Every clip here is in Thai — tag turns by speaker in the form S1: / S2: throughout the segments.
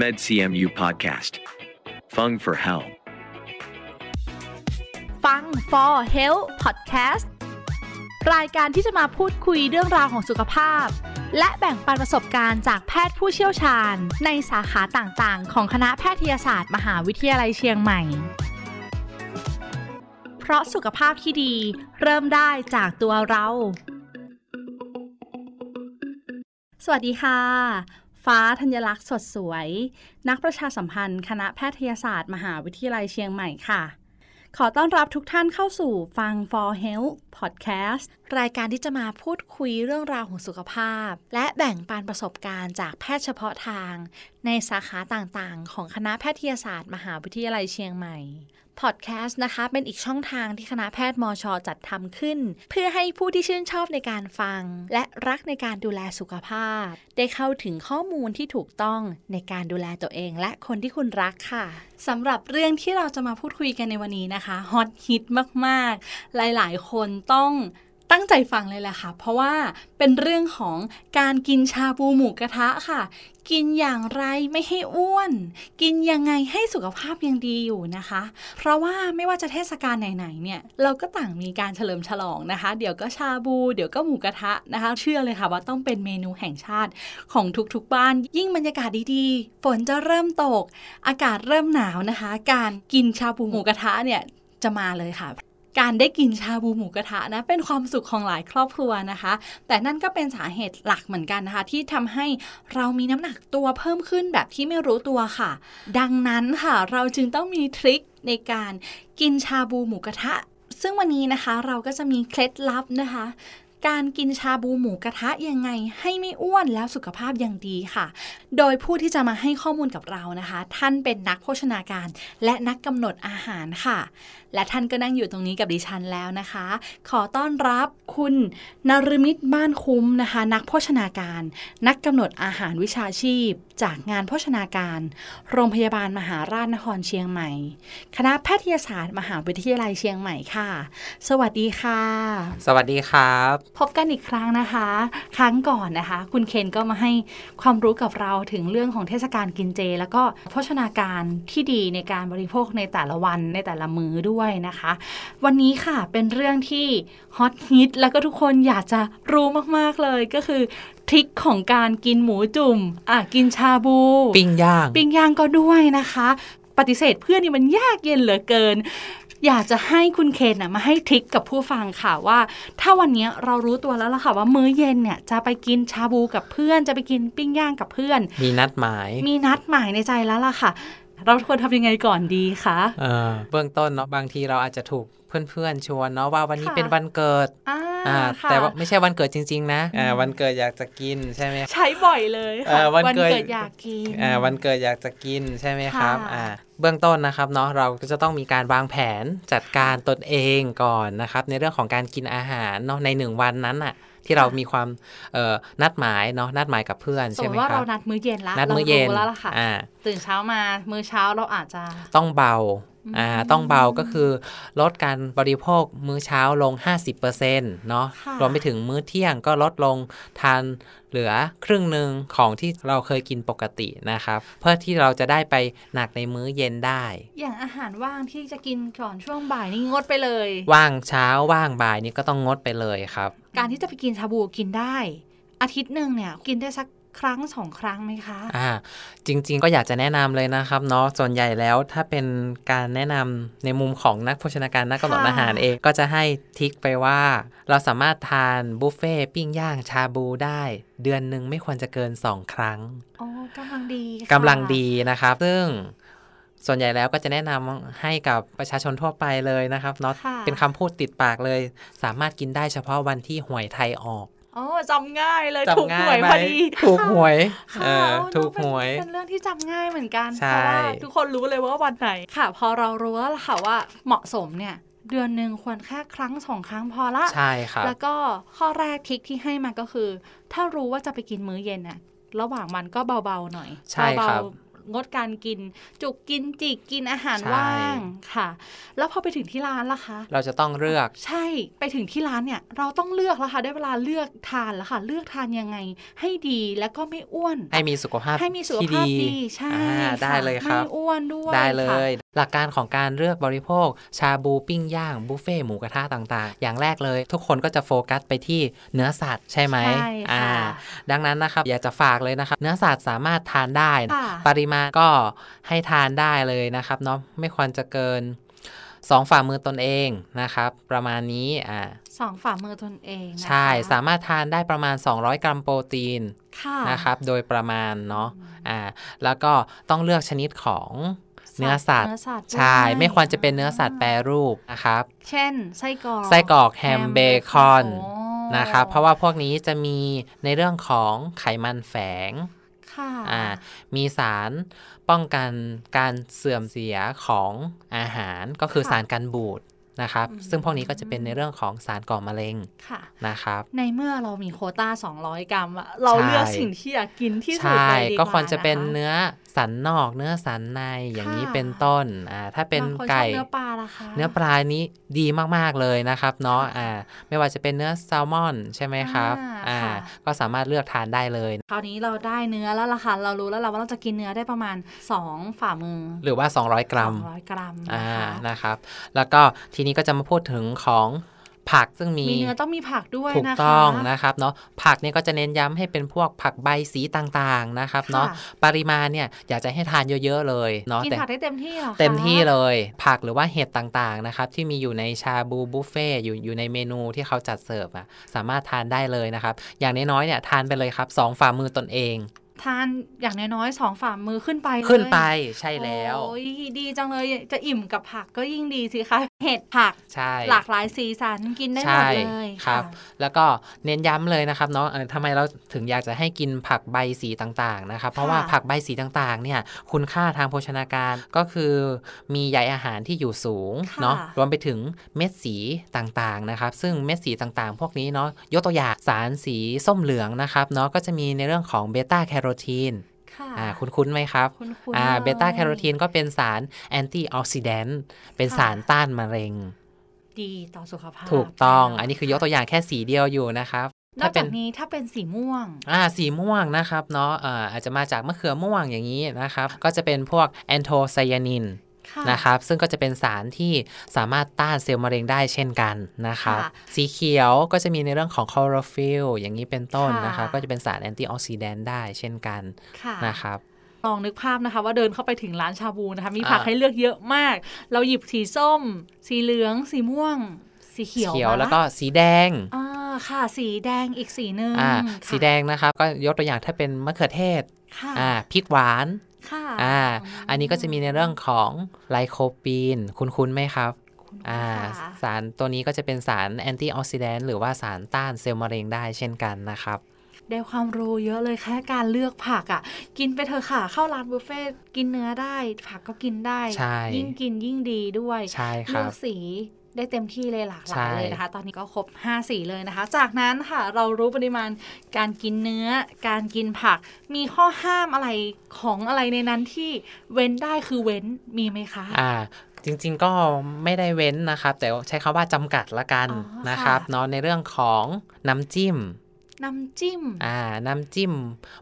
S1: MedCMU Podcast. Fung for Health.
S2: ฟัง for health podcast รายการที่จะมาพูดคุยเรื่องราวของสุขภาพ และแบ่งปันประสบการณ์จากแพทย์ผู้เชี่ยวชาญ ในสาขาต่างๆ ของคณะแพทยศาสตร์ มหาวิทยาลัยเชียงใหม่ เพราะสุขภาพที่ดีเริ่มได้จากตัวเรา สวัสดีค่ะ ฟ้าธัญลักษณ์สดสวย นักประชาสัมพันธ์คณะแพทยศาสตร์ มหาวิทยาลัยเชียงใหม่ค่ะ ขอต้อนรับทุกท่านเข้าสู่ฟัง For Health Podcast
S3: รายการที่จะมาพูดคุยเรื่องราวของสุขภาพ และแบ่งปันประสบการณ์จากแพทย์เฉพาะทาง ในสาขาต่างๆ ของคณะแพทยศาสตร์ มหาวิทยาลัยเชียงใหม่ พอดแคสต์นะคะ เป็นอีกช่องทางที่คณะแพทย์มช จัดทำขึ้น เพื่อให้ผู้ที่ชื่นชอบในการฟัง และรักในการดูแลสุขภาพ ได้เข้าถึงข้อมูลที่ถูกต้องในการดูแลตัวเองและคนที่คุณรักค่ะ
S2: สำหรับเรื่องที่เราจะมาพูดคุยกันในวันนี้นะคะฮอตฮิตมากๆ หลายๆ คนต้องตั้งใจฟังเลยแหละค่ะ เพราะว่าเป็นเรื่องของการกินชาบูหมูกระทะค่ะ กินอย่างไรไม่ให้อ้วน กินยังไงให้สุขภาพยังดีอยู่นะคะ เพราะว่าไม่ว่าจะเทศกาลไหนๆเนี่ย เราก็ต่างมีการเฉลิมฉลองนะคะ เดี๋ยวก็ชาบูเดี๋ยวก็หมูกระทะนะคะ เชื่อเลยค่ะว่าต้องเป็นเมนูแห่งชาติของทุกๆบ้าน ยิ่งบรรยากาศดีๆฝนจะเริ่มตก อากาศเริ่มหนาวนะคะ การกินชาบูหมูกระทะเนี่ยจะมาเลยค่ะ การได้กินชาบูหมูกระทะนะเป็นความสุขของหลายครอบครัวนะคะ แต่นั่นก็เป็นสาเหตุหลักเหมือนกันนะคะ ที่ทำให้เรามีน้ำหนักตัวเพิ่มขึ้นแบบที่ไม่รู้ตัวค่ะ ดังนั้นค่ะเราจึงต้องมีทริคในการกินชาบูหมูกระทะ ซึ่งวันนี้นะคะเราก็จะมีเคล็ดลับนะคะ การกินชาบูหมูกระทะยังไงให้ไม่อ้วนแล้วสุขภาพยังดีค่ะ โดยผู้ที่จะมาให้ข้อมูลกับเรานะคะ ท่านเป็นนักโภชนาการ และนักกำหนดอาหารค่ะ และท่านก็นั่งอยู่ตรงนี้กับดิฉันแล้วนะคะ ขอต้อนรับคุณนรมิตบ้านคุ้มนะคะ นักโภชนาการ นักกำหนดอาหารวิชาชีพ จากงานโภชนาการ โรงพยาบาลมหาราชนครเชียงใหม่ คณะแพทยศาสตร์ มหาวิทยาลัยเชียงใหม่ค่ะ สวัสดีค่ะ
S4: สวัสดีครับ
S2: พบกันอีกครั้งนะคะ ครั้งก่อนนะคะ คุณเคนก็มาให้ความรู้กับเราถึงเรื่องของเทศกาลกินเจ แล้วก็โภชนาการที่ดีในการบริโภคในแต่ละวันในแต่ละมื้อด้วยนะคะ วันนี้ค่ะเป็นเรื่องที่ฮอตฮิตแล้วก็ทุกคนอยากจะรู้มากๆเลยก็คือทริคของการกินหมูจุ่มอ่ะกินชาบู
S4: ปิ้งย่าง
S2: ปิ้งย่างก็ด้วยนะคะ ปฏิเสธเพื่อนนี่มันยากเย็นเหลือเกิน อยากจะให้คุณเคนนะมาให้ทริคกับผู้ฟังค่ะว่า ถ้าวันเนี้ยเรารู้ตัวแล้วล่ะค่ะว่ามื้อเย็นเนี่ยจะไปกินชาบูกับเพื่อน จะไปกินปิ้งย่างกับเพื่อน
S4: มีนัดหมาย
S2: มีนัดหมายในใจแล้วล่ะค่ะ เราควรทำยังไงก่อนดีคะ
S4: เออเบื้องต้นเนาะบางทีเราอาจจะถูกเพื่อนๆชวนเนาะว่าวันนี้
S2: ค่ะ
S4: เป็นวันเกิด
S2: อ่า
S4: อ่า
S2: ค่ะ
S4: แต่ว่าไม่ใช่วันเกิดจริง ๆ นะอ่าวันเกิดอยากจะกินใช่ไหม
S2: ใช้บ่อยเลยค่ะ
S4: เออวัน
S2: วัน
S4: เกิด
S2: เกิดอยากกิน
S4: อ่าวันเกิดอยากจะกินใช่ไหมครับ
S2: ค่ะ
S4: อ่าเบื้องต้นนะครับเนาะเราก็จะต้องมีการวางแผนจัดการตนเองก่อนนะครับในเรื่องของการกินอาหารเนาะในหนึ่งวันนั้นอะที่เรามีความเอ่อนัดหมายเนาะนัดหมายกับเพื่อน
S2: สม
S4: ใช่
S2: ม
S4: ไหม
S2: ติว่า
S4: ครั
S2: เรา
S4: บ
S2: นัดมื้อเย็นละ
S4: นัดมื้อเย็
S2: รา
S4: น
S2: รู้แล้วล่ะค่ะ
S4: อ่า
S2: ตื่นเช้ามามื้อเช้าเราอาจจะ
S4: ต้องเบา อ่า
S2: อืม
S4: ต้องเบาก็คือลดการบริโภคมื้อเช้าลง 50%เนาะ
S2: ค่ะ
S4: รวมไปถึงมื้อเที่ยงก็ลดลงทานเหลือครึ่งหนึ่งของที่เราเคยกินปกตินะครับ เพื่อที่เราจะได้ไปหนักในมื้อเย็นได้
S2: อย่างอาหารว่างที่จะกินก่อนช่วงบ่ายนี่งดไปเลย
S4: ว่างเช้าว่างบ่ายนี่ก็ต้องงดไปเลยครับ
S2: การที่จะไปกินชาบูกินได้ อาทิตย์หนึ่งเนี่ยกินได้สักครั้งสองครั้งไหมคะ
S4: อ่าจริงๆก็อยากจะแนะนำเลยนะครับเนาะส่วนใหญ่แล้วถ้าเป็นการแนะนำในมุมของนักโภชนาการนักกำหนด
S2: ค่ะ
S4: อาหารเองก็จะให้ทิกไปว่า เราสามารถทานบุฟเฟ่ต์ปิ้งย่างชาบูได้ เดือนหนึ่งไม่ควรจะเกิน 2 ครั้ง
S2: ๋อกำลังดีค่ะ
S4: กำลังดีนะครับ ซึ่งส่วนใหญ่แล้วก็จะแนะนำให้กับประชาชนทั่วไปเลยนะครับเนาะ
S2: ค่ะ
S4: เป็นคำพูดติดปากเลย สามารถกินได้เฉพาะวันที่หวยไทยออก
S2: โอ้จำง่ายเลย
S4: จำ
S2: ถูกหวย
S4: ไหม
S2: พอดี
S4: ถูกหวย
S2: ค่ะ
S4: เออ
S2: โอ้
S4: ถูกหวย
S2: เป็นเป็นเรื่องที่จำง่ายเหมือนกัน
S4: ใช่
S2: เพราะว่าทุกคนรู้เลยว่าวันไหนค่ะ พอเรารู้แล้วล่ะค่ะว่าเหมาะสมเนี่ย เดือนหนึ่งควรแค่ครั้งสองครั้งพอละ
S4: ใช่ครับ
S2: แล้วก็ข้อแรกทริคที่ให้มาก็คือ ถ้ารู้ว่าจะไปกินมื้อเย็นน่ะ ระหว่างวันก็เบาๆหน่อย
S4: ใช่ครับ
S2: เาๆ งดการกิน จุกกินจิกกินอาหาร
S4: ใช่
S2: ว่างค่ะ แล้วพอไปถึงที่ร้านล่ะคะ
S4: เราจะต้องเลือก
S2: ใช่ไปถึงที่ร้านเนี่ย เราต้องเลือกแล้วค่ะ ได้เวลาเลือกทานแล้วค่ะ เลือกทานยังไง ให้ดีแล้วก็ไม่อ้วน
S4: ให้มีสุขภาพ
S2: ให้มีสุข
S4: ที่
S2: ภาพดีใช่
S4: อ่า
S2: ค่ะ
S4: ได้เลยครับ
S2: ไม่อ้วนด้วย
S4: ได้เล
S2: ค่ะ
S4: ย หลักการของการเลือกบริโภค ชาบูปิ้งย่าง บุฟเฟ่ต์หมูกระทะต่างๆ อย่างแรกเลย ทุกคนก็จะโฟกัสไปที่เนื้อสัตว์ใช่ไหม
S2: ใช่ค่ะ
S4: อ่า ดังนั้นนะครับอยากจะฝากเลยนะครับ เนื้อสัตว์สามารถทานได้
S2: ค่ะ
S4: ปริมาณก็ให้ทานได้เลยนะครับเนาะไม่ควรจะเกินสองฝ่ามือตนเองนะครับ ประมาณนี้อ่า
S2: สองฝ่ามือตนเองนะคะ
S4: ใช่สามารถทานได้ประมาณ 200 กรัมโปรตีน
S2: ค่ะ
S4: นะครับ โดยประมาณเนาะ อ่า แล้วก็ต้องเลือกชนิดของ
S2: สัตว์
S4: เนื้อสัตว์
S2: เนื้อสัตว์
S4: ใช่
S2: ด้วย
S4: ไม่ควรจะเป็นเนื้อสัตว์แปรรูปนะครับ
S2: เช่น ไส้กรอก
S4: ไส้กรอกแฮมเบคอน
S2: โ
S4: นะครับ เพราะว่าพวกนี้จะมีในเรื่องของไขมันแฝง
S2: ค่ะ
S4: อ่า มีสารป้องกันการเสื่อมเสียของอาหาร ก็คือ
S2: ค่ะ
S4: สารกันบูดนะครับ
S2: อืม
S4: ซึ่งพวกนี้ก็จะเป็นในเรื่องของสารก่อมะเร็ง
S2: ค่ะ
S4: นะครับ
S2: ในเมื่อเรามีโควต้า 200 กรัมอะเราเลือกสิ่งที่อยากกินที่สุด
S4: ใช่
S2: เลยดีกว่า
S4: ก็ควรจะเป็น
S2: ค
S4: เนื้อสันนอก เนื้อสันในอย่างนี้เป็นต้นอ่าถ้าเป็น
S2: บางคนชอบ
S4: ไก่
S2: เนื้อปลาล่ะคะ
S4: เนื้อปลานี้ดีมาก ๆ เลยนะครับเนาะอ่าไม่ว่าจะเป็นเนื้อแซลมอนใช่ไหมครับ
S2: อ่า
S4: อ่า
S2: ค่ะ
S4: ก็สามารถเลือกทานได้เลย
S2: ราวนี้เราได้เนื้อแล้วล่ะค่ะ เรารู้แล้วล่ะว่าเราจะกินเนื้อได้ประมาณ 2 ฝ่ามือ
S4: หรือว่า 200 กรัม
S2: 200 กรัม
S4: อ่า
S2: นะคะ
S4: นะครับ แล้วก็ทีนี้ก็จะมาพูดถึงของผักซึ่งมี
S2: มีเนื้อต้องมีผักด้วย
S4: ถูก
S2: นะคะ
S4: ต้องนะครับเนาะผักเนี่ยก็จะเน้นย้ำให้เป็นพวกผักใบสีต่างๆนะครับเนาะ
S2: ค่ะ
S4: ปริมาณเนี่ยอยากจะให้ทานเยอะๆเลยเนาะ
S2: กิน
S4: แต่
S2: ผักได้เต็มที่เหรอคะ
S4: เต็มที่เลยผักหรือว่าเห็ดต่างๆนะครับ ที่มีอยู่ในชาบูบุฟเฟ่ต์อยู่อยู่ในเมนูที่เขาจัดเสิร์ฟอ่ะสามารถทานได้เลยนะครับ อย่างน้อยๆเนี่ยทานไปเลยครับสองฝ่ามือตนเอง
S2: ทานอย่างน้อยๆสองฝ่ามือขึ้นไปเลย
S4: ขึ้นไปใช่แล้ว
S2: โอ้ยดีจังเลยจะอิ่มกับผักก็ยิ่งดีสิคะเห็ดผัก
S4: ใช่
S2: หลากหลายสีสันกินได้หมดเลย
S4: ครับ
S2: ะ
S4: แล้วก็เน้นย้ำเลยนะครับเนาะเออทำไมเราถึงอยากจะให้กินผักใบสีต่างๆนะครับ เพราะว่า
S2: ค่ะ
S4: ผักใบสีต่างๆเนี่ยคุณค่าทางโภชนาการก็คือมีใยอาหารที่อยู่สูงเนาะรวมไปถึงเม็ดสีต่างๆนะครับ ซึ่งเม็ดสีต่างๆ พวกนี้เนาะยกตัวอย่างสารสีส้มเหลืองนะครับเนาะก็จะมีในเรื่องของเบต้าแคโรทีน
S2: ค่ะ
S4: อ่าคุ้นๆไหมครับ
S2: คุณคุณ
S4: อ่าเบต้าแคโรทีนก็เป็นสารแอนตี้ออกซิแดนต์เป็นสารต้านมะเร็ง
S2: ดีต่อสุขภาพ
S4: ถูกต้อง
S2: ะ
S4: อันนี้คือยกตัวอย่างแค่สีเดียวอยู่นะครับ
S2: นอ
S4: ถ้ากเป็
S2: จาน กนี้ถ้าเป็นสีม่วง
S4: อ่า สีม่วงนะครับเนาะ อ่า อาจจะมาจากมะเขือม่วงอย่างนี้นะครับ ก็จะเป็นพวกแอนโทไซยานิน
S2: ค่ะ
S4: นะครับ ซึ่งก็จะเป็นสารที่สามารถต้านเซลล์มะเร็งได้เช่นกันนะครับ
S2: ค่ะ
S4: สีเขียวก็จะมีในเรื่องของคลอโรฟิลอย่างนี้เป็นต้นนะครับ
S2: ค่ะ
S4: ก็จะเป็นสารแอนตี้ออกซิแดนต์ได้เช่นกัน
S2: ค่ะ
S4: นะครับ
S2: ลองนึกภาพนะคะ ว่าเดินเข้าไปถึงร้านชาบูนะคะ มีผัก
S4: อ่า
S2: ให้เลือกเยอะมาก เราหยิบสีส้ม สีเหลือง สีม่วง สีเขียวมา
S4: แล้วก็สีแดง
S2: อ่าค่ะ สีแดงอีกสีหนึ่ง
S4: อ่า
S2: ค่ะ
S4: สีแดงนะครับ ก็ยกตัวอย่างถ้าเป็นมะเขือเทศ
S2: ค่ะ
S4: อ่า พริกหวาน
S2: ค่ะ
S4: อ่า
S2: ม
S4: อันนี้ก็จะมีในเรื่องของไลโคปีน คุณคุณไหมครับ
S2: คุณ
S4: อ่า
S2: ค่ะ
S4: สารตัวนี้ก็จะเป็นสารแอนตี้ออกซิแดนต์หรือว่าสารต้านเซลล์มะเร็งได้เช่นกันนะครับ
S2: ได้ความรู้เยอะเลยแค่การเลือกผักอ่ะ กินไปเถอะค่ะ เข้าร้านบุฟเฟ่ต์กินเนื้อได้ ผักก็กินได้
S4: ใช่
S2: ยิ่งกินยิ่งดีด้วย
S4: ใช่ค
S2: เลื
S4: รั
S2: อบ กสีได้เต็มที่เลยหลากห
S4: ใช่
S2: ลายเลยนะคะ ตอนนี้ก็ครบ 5 สีเลยนะคะ จากนั้นค่ะเรารู้ปริมาณการกินเนื้อ การกินผัก มีข้อห้ามอะไรของอะไรในนั้นที่เว้นได้คือเว้นมีไหมคะ
S4: อ่า จริงๆก็ไม่ได้เว้นนะครับ แต่ใช้คำว่าจำกัดละกัน
S2: อ๋อ
S4: นะครับ
S2: ค่ะ
S4: เนาะในเรื่องของน้ำจิ้ม
S2: น้ำจิ้ม
S4: อ่า น้ำจิ้ม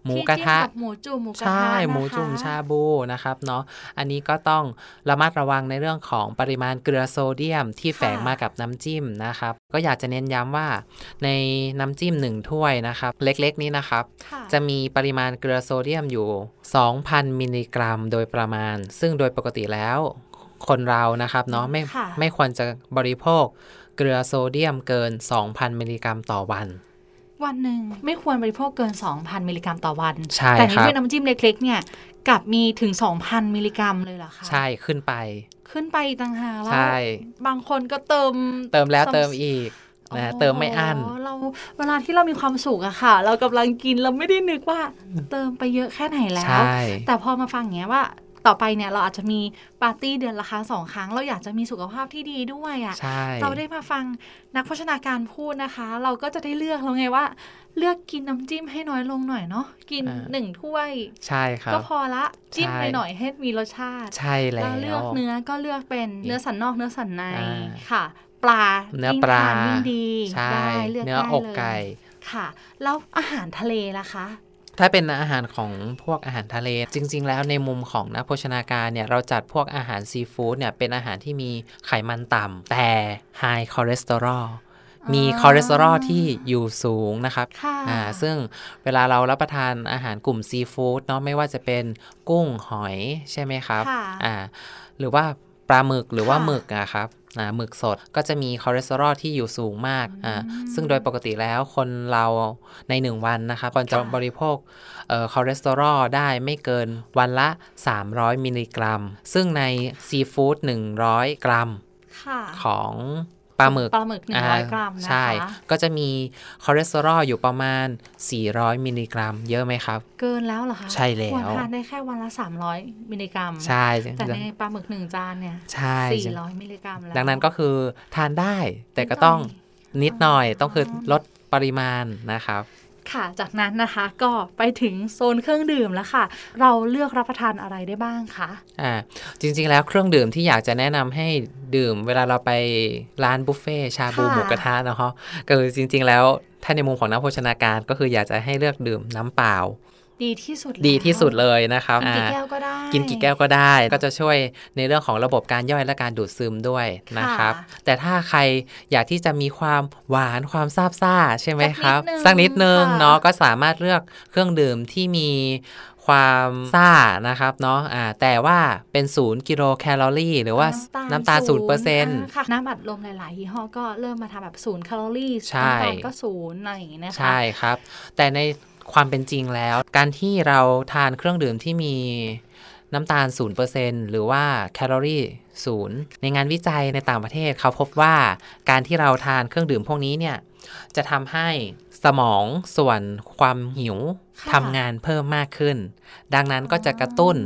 S4: หมู
S2: ที่
S4: กระทะ
S2: จิ้มกับหมูจุ่มหมูกระทะ
S4: ใช่
S2: นะคะ
S4: หมูจุ่มชาบูนะครับเนาะ อันนี้ก็ต้องระมัดระวังในเรื่องของปริมาณเกลือโซเดียมที่แฝงมากับน้ำจิ้มนะครับ ก็อยากจะเน้นย้ำว่าในน้ำจิ้ม 1 ถ้วยนะครับ เล็กๆนี้นะครับ
S2: ค่
S4: จะมีปริมาณเกลือโซเดียมอยู่ 2,000 มิลลิกรัมโดยประมาณ ซึ่งโดยปกติแล้วคนเรานะครับเนาะไม่
S2: ค่ะ
S4: ไม่ควรจะบริโภคเกลือโซเดียมเกิน 2,000 มิลลิกรัมต่อวัน
S2: วันหนึ่งไม่ควรบริโภคเกิน 2,000 มิลลิกรัมต่อวัน
S4: ใช่
S2: แต่
S4: ค
S2: ใน
S4: รับ
S2: ด้วยน้ำจิ้มเล็กๆเนี่ยกลับมีถึง 2,000 มิลลิกรัมเลยเหรอคะ
S4: ใช่ขึ้นไป
S2: ขึ้นไปอีกต่างหากแล้ว
S4: ใช่
S2: บางคนก็เติม
S4: เติมแล้ว
S2: ซ้ำ
S4: เติมอีกนะเติมไม่อั้น
S2: เราเวลาที่เรามีความสุขอะค่ะ เรากำลังกินเราไม่ได้นึกว่า เติมไปเยอะแค่ไหนแล้ว
S4: ใช่
S2: แต่พอมาฟังอย่างเงี้ยว่าต่อไปเนี่ยเราอาจจะมีปาร์ตี้เดือนละครั้งสองครั้ง เราอยากจะมีสุขภาพที่ดีด้วยอะ
S4: ใช่
S2: เราได้มาฟังนักโภชนาการพูดนะคะ เราก็จะได้เลือกแล้วไงว่า เลือกกินน้ำจิ้มให้น้อยลงหน่อยเนาะกิน
S4: อ่า
S2: หนึ่งถ้วย
S4: ใช่ครั
S2: ก็
S4: บ
S2: พอละจิ้ม
S4: ใช่
S2: ไปหน่อยให้มีรสชาติ
S4: ใช่แล้
S2: แล้วเลือ
S4: ว
S2: กเนื้อก็เลือกเป็นเนื้อสันนอกเนื้อสันใน
S4: อ่า
S2: ค่ะ ปลา
S4: เนื้อ
S2: ยิ่ง
S4: ปลา
S2: ทนยิ่งดี
S4: ใช่
S2: ได้เลือก
S4: เนื้อ
S2: ได้
S4: อก
S2: เลย
S4: ไก่
S2: ค่ะ แล้วอาหารทะเลล่ะคะ
S4: ถ้าเป็นอาหารของพวกอาหารทะเล จริง ๆ แล้วในมุมของนักโภชนาการเนี่ยเราจัดพวกอาหารซีฟู้ดเนี่ยเป็นอาหารที่มีไขมันต่ำแต่ไฮคอเลสเตอรอลมีคอเลสเตอรอลที่อยู่สูงนะครับ
S2: ค่ะ
S4: อ่าซึ่งเวลาเรารับประทานอาหารกลุ่มซีฟู้ดเนาะไม่ว่าจะเป็นกุ้งหอยใช่ไหมครับ
S2: ค่ะ
S4: อ่าหรือว่าปลาหมึกหรือว่า
S2: ค่ะ
S4: หมึกนะครับอ่าหมึกสดก็จะมีคอเลสเตอรอลที่อยู่สูงมากอ่า
S2: อืม
S4: ซึ่งโดยปกติแล้วคนเราใน 1 วันนะครับก่อนจะ
S2: ค่ะ
S4: บริโภคเอ่อคอเลสเตอรอลได้ไม่เกินวันละ 300 มิลลิกรัม ซึ่งในซีฟู้ด100 กรัม
S2: ค่ะ
S4: ของปลาหมึก
S2: ปลาหมึกหนึ่งร้อยกรัมนะ
S4: ใช่
S2: คะ
S4: ก็จะมีคอเลสเตอรอลอยู่ประมาณ 400 มิลลิกรัม เยอะไหมครับ
S2: เกินแล้วเหรอคะ
S4: ใช่แล้ว
S2: ควรทานได้แค่วันละ 300มิลลิกรัม
S4: ใช่
S2: แต่ในปลาหมึกหนึ่งจานเนี่ย
S4: ใช่
S2: 400มิลลิกรัมแล้ว
S4: ดังนั้นก็คือทานได้แต่ก็ต้องนิดหน่อย
S2: อ๋อ
S4: ต้องคือลดปริมาณนะครับ
S2: ค่ะ จากนั้นนะคะก็ไปถึงโซนเครื่องดื่มแล้วค่ะ เราเลือกรับประทานอะไรได้บ้างคะ
S4: อ่าจริงๆแล้วเครื่องดื่มที่อยากจะแนะนำให้ดื่ม เวลาเราไปร้านบุฟเฟ่ชาบู
S2: ค่ะ
S4: หมูกระทะเนาะก็คือจริง ๆ แล้วถ้าในมุมของนักโภชนาการก็คืออยากจะให้เลือกดื่มน้ำเปล่า
S2: ดีที่สุด
S4: ดีที่สุด
S2: แล้ว
S4: เลยนะครับ
S2: กินกี่
S4: อ่า
S2: แก้วก็ได้
S4: กินกี่แก้วก็ได้ ก็จะช่วยในเรื่องของระบบการย่อยและการดูดซึมด้วยนะครับ
S2: ค่
S4: แต่ถ้าใครอยากที่จะมีความหวานความซาบซ่าใช่ไหมครับ
S2: สั
S4: สั
S2: ก
S4: ก
S2: นิ
S4: นิ
S2: ด
S4: ด
S2: นึ
S4: นึ
S2: ง
S4: ง
S2: ค่ะ
S4: เนาะก็สามารถเลือกเครื่องดื่มที่มีความซ่านะครับเนาะอ่าแต่ว่าเป็นศูนย์กิโลแคลอรี่ หรือว่าน้ำตาลศูนย์เปอร์เซ็นต์
S2: าค่ะน้ำอัดลมหลาย ๆ ยี่ห้อก็เริ่มมาทำแบบศูนย์แคลอรี่
S4: ใช่
S2: น้ำตาลก็ศูนย์อะไรอย่างนี้นะคะ
S4: ใช่ครับ แต่ในความเป็นจริงแล้ว การที่เราทานเครื่องดื่มที่มีน้ำตาล 0%หรือว่าแคลอรี่ศูนย์ในงานวิจัยในต่างประเทศเขาพบว่าการที่เราทานเครื่องดื่มพวกนี้เนี่ย จะทำให้สมองส่วนความหิว
S2: ค่ะ
S4: ทำงานเพิ่มมากขึ้น ดังนั้นก็จะกระตุ้น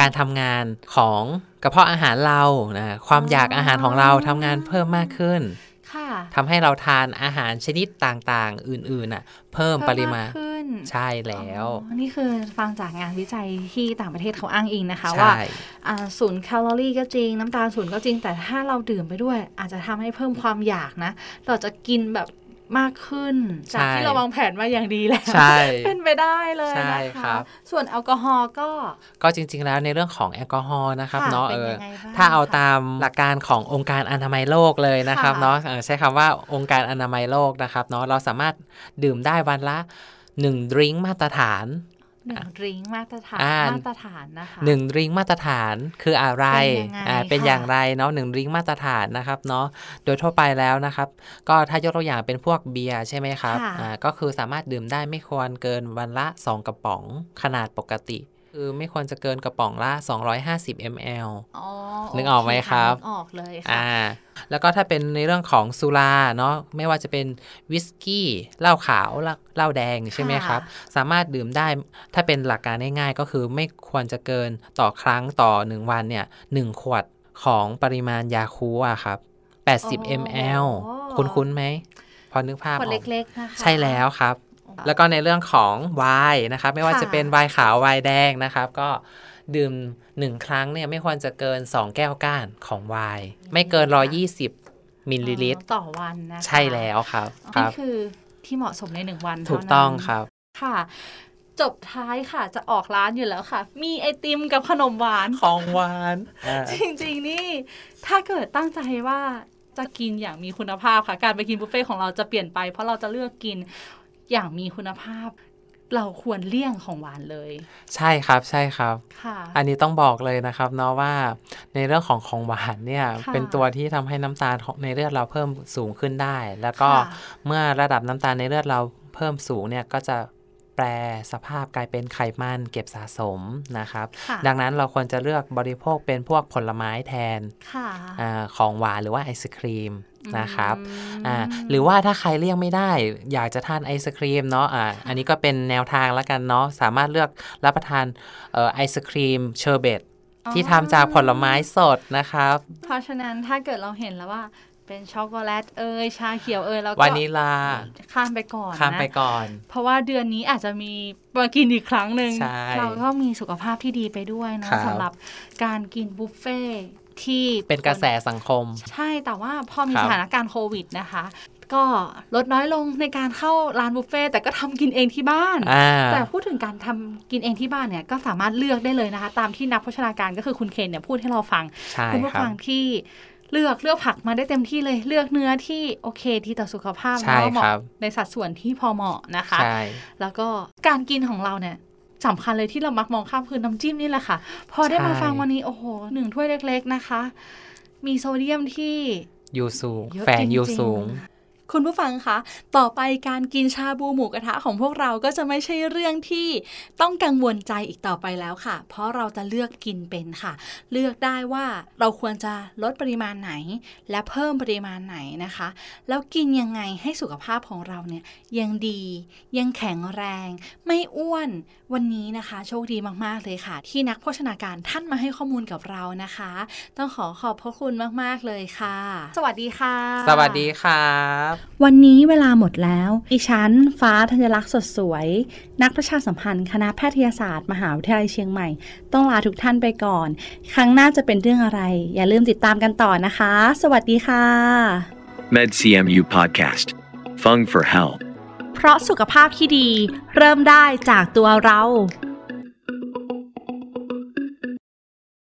S4: การทำงานของกระเพาะอาหารเรานะความอยากอาหารของเราทำงานเพิ่มมากขึ้น
S2: ค่ะ
S4: ทำให้เราทานอาหารชนิดต่างๆ อื่นๆน่ะ เพิ่มปริมาณ
S2: เพิ่ขึ้น
S4: ใช่แล้ว
S2: อ๋อนี่คือฟังจากงานวิจัยที่ต่างประเทศเขาอ้างอิงนะคะว่า
S4: ใช่
S2: อ่าศูนย์แคลอรี่ก็จริง น้ำตาลศูนย์ก็จริง แต่ถ้าเราดื่มไปด้วย อาจจะทำให้เพิ่มความอยากนะ เราจะกินแบบมากขึ้น จากที่เราวางแผนมาอย่างดีแล้ว
S4: ใช่
S2: เป็นไปได้เลย
S4: ใช่
S2: นะ
S4: ครั
S2: คะ
S4: บ
S2: ส่วนแอลกอฮอล์ก็
S4: ก็จริงๆแล้วในเรื่องของแอลกอฮอล์นะครับ
S2: ค่ะ
S4: เนาะ
S2: ป็
S4: เออ
S2: ยังไงบ้ง
S4: ถ้าเอา
S2: คะ
S4: ตามหลักการขององค์การอนามัยโลกเลยนะครับ
S2: ค่ะ
S4: เนาะเออใช้คำว่าองค์การอนามัยโลกนะครับเนาะเราสามารถดื่มได้วันละ1ดริงก์มาตรฐาน
S2: หนึ่งดริงก์มาตรฐาน
S4: อ่า
S2: มาตรฐานนะคะ
S4: หนึ่งดริงก์มาตรฐานคืออะไร
S2: เป็นยังไง
S4: อ่าเป็น
S2: ค่ะ
S4: อย่างไรเนาะหนึ่งดริงก์มาตรฐานนะครับเนาะโดยทั่วไปแล้วนะครับ ก็ถ้ายกตัวอย่างเป็นพวกเบียร์ใช่ไหมครับ
S2: ค่ะ
S4: อ่าก็คือสามารถดื่มได้ไม่ควรเกินวันละ 2 กระป๋องขนาดปกติ คือไม่ควรจะเกินกระป๋องละ 250 ml
S2: อ๋อ
S4: นึกออกไหมครับ
S2: โเะนึกออกเลยค่ะ
S4: อ่าแล้วก็ถ้าเป็นในเรื่องของสุราเนาะไม่ว่าจะเป็นวิสกี้เหล้าขาวเหล้าเหล้าแดงใช่ไหม
S2: ค่ะ
S4: ครับ สามารถดื่มได้ถ้าเป็นหลักการง่ายๆ ก็คือไม่ควรจะเกินต่อครั้งต่อ 1 วันเนี่ยหนึ่งขวดของปริมาณยาคูอะครับ 80 ml คุ้นคุ้นๆไหม พอนึกภาพ
S2: ข
S4: อ
S2: วด
S4: อก
S2: เล็กๆนะคะ
S4: ใช่แล้วครับ แล้วก็ในเรื่องของไวน์นะครับ ไม่ว่า
S2: ค่ะ
S4: จะเป็นไวน์ขาวไวน์แดงนะครับ ก็ดื่ม 1 ครั้งเนี่ยไม่ควรจะเกิน 2 แก้วก้านของไวน์ไม่เกิน 120 มิลลิลิตร
S2: อ๋อต่อวันนะคะ
S4: ใช่แล้วครับค
S2: นี่
S4: รับ
S2: คือที่เหมาะสมในหนึ่งวัน
S4: ถูก
S2: เท่านั้น
S4: ต้องครับ
S2: ค่ะ จบท้ายค่ะจะออกร้านอยู่แล้วค่ะ มีไอติมกับขนมหวาน
S4: ของหวาน
S2: จริงๆนี่ ถ้าเกิดตั้งใจว่าจะกินอย่างมีคุณภาพค่ะ การไปกินบุฟเฟ่ต์ของเราจะเปลี่ยนไป เพราะเราจะเลือกกินอย่างมีคุณภาพ เราควรเลี่ยงของหวานเลย
S4: ใช่ครับใช่ครับ
S2: ค่ะ
S4: อันนี้ต้องบอกเลยนะครับเนาะว่าในเรื่องของของหวานเนี่ย
S2: ค่ะ
S4: เป็นตัวที่ทำให้น้ำตาลของในเลือดเราเพิ่มสูงขึ้นได้ แล้วก็
S2: ค่ะ
S4: เมื่อระดับน้ำตาลในเลือดเราเพิ่มสูงเนี่ยก็จะแปรสภาพกลายเป็นไขมันเก็บสะสมนะครับ
S2: ค่ะ
S4: ดังนั้นเราควรจะเลือกบริโภคเป็นพวกผลไม้แทน
S2: ค่ะ
S4: อาของหวานหรือว่าไอศครีมนะครับ
S2: อืม
S4: อ่าหรือว่าถ้าใครเลี่ยงไม่ได้ อยากจะทานไอศครีมเนาะอ่าอันนี้ก็เป็นแนวทางแล้วกันเนาะสามารถเลือกรับประทานเอ่อไอศครีมเชอร์เบตที่ทำจากผลไม้สดนะครับ
S2: เพราะฉะนั้นถ้าเกิดเราเห็นแล้วว่า
S3: เป็นช็อกโกแลตเอย ชาเขียวเอยแล้วก็
S4: วานิลา
S3: ข้ามไปก่อน
S4: ข้าม
S3: นะ
S4: ไปก่อน
S3: เพราะว่าเดือนนี้อาจจะมีมากินอีกครั้งหนึ่ง
S4: ใช่
S3: เราก็มีสุขภาพที่ดีไปด้วยเนาะ
S4: ครับ
S3: สำหรับการกินบุฟเฟ่ต์ที่
S4: เป็นกระแสสังคม
S3: ใช่แต่ว่าพอมี
S4: ครั
S3: ส
S4: บ
S3: ถานการณ์โควิดนะคะ ก็ลดน้อยลงในการเข้าร้านบุฟเฟ่ต์แต่ก็ทำกินเองที่บ้าน
S4: อ่า
S3: แต่พูดถึงการทำกินเองที่บ้านเนี่ยก็สามารถเลือกได้เลยนะคะ ตามที่นักโภชนาการก็คือคุณเคนเนี่ยพูดให้เราฟัง
S4: ใช่
S3: คุณผู้
S4: ครั
S3: ฟั
S4: บ
S3: งที่เลือกเลือกผักมาได้เต็มที่เลยเลือกเนื้อที่โอเคที่ต่อสุขภาพ
S4: ใช่
S3: แล้วก็เหมาะ
S4: ครับ
S3: ในสัดส่วนที่พอเหมาะนะคะ
S4: ใช่
S3: แล้วก็การกินของเราเนี่ยสำคัญเลยที่เรามักมองข้ามคือน้ำจิ้มนี่แหละค่ะ พอได้มา
S4: ใช่
S3: ฟังวันนี้โอ้โหหนึ่งถ้วยเล็กๆนะคะ มีโซเดียมที่
S4: ยูสูง
S3: เยอะ
S4: แฟน
S3: จริงๆ
S4: ยูสูง
S2: คุณผู้ฟังคะ ต่อไปการกินชาบูหมูกระทะของพวกเราก็จะไม่ใช่เรื่องที่ต้องกังวลใจอีกต่อไปแล้วค่ะ เพราะเราจะเลือกกินเป็นค่ะ เลือกได้ว่าเราควรจะลดปริมาณไหน และเพิ่มปริมาณไหนนะคะ แล้วกินยังไงให้สุขภาพของเราเนี่ยยังดี ยังแข็งแรง ไม่อ้วน วันนี้นะคะ โชคดีมากๆเลยค่ะ ที่นักโภชนาการท่านมาให้ข้อมูลกับเรานะคะ ต้องขอขอบพระคุณมากๆเลยค่ะ
S3: สวัสดีค่ะ
S4: สวัสดีครับ
S2: วันนี้เวลาหมดแล้วดิฉัน ฟ้าธัญลักษณ์สดสวย นักประชาสัมพันธ์ คณะแพทยศาสตร์ มหาวิทยาลัยเชียงใหม่ ต้องลาทุกท่านไปก่อน ครั้งหน้าจะเป็นเรื่องอะไร อย่าลืมติดตามกันต่อนะคะ สวัสดีค่ะ
S1: MedCMU Podcast. Fung for Health.
S2: เพราะสุขภาพที่ดี เริ่มได้จากตัวเรา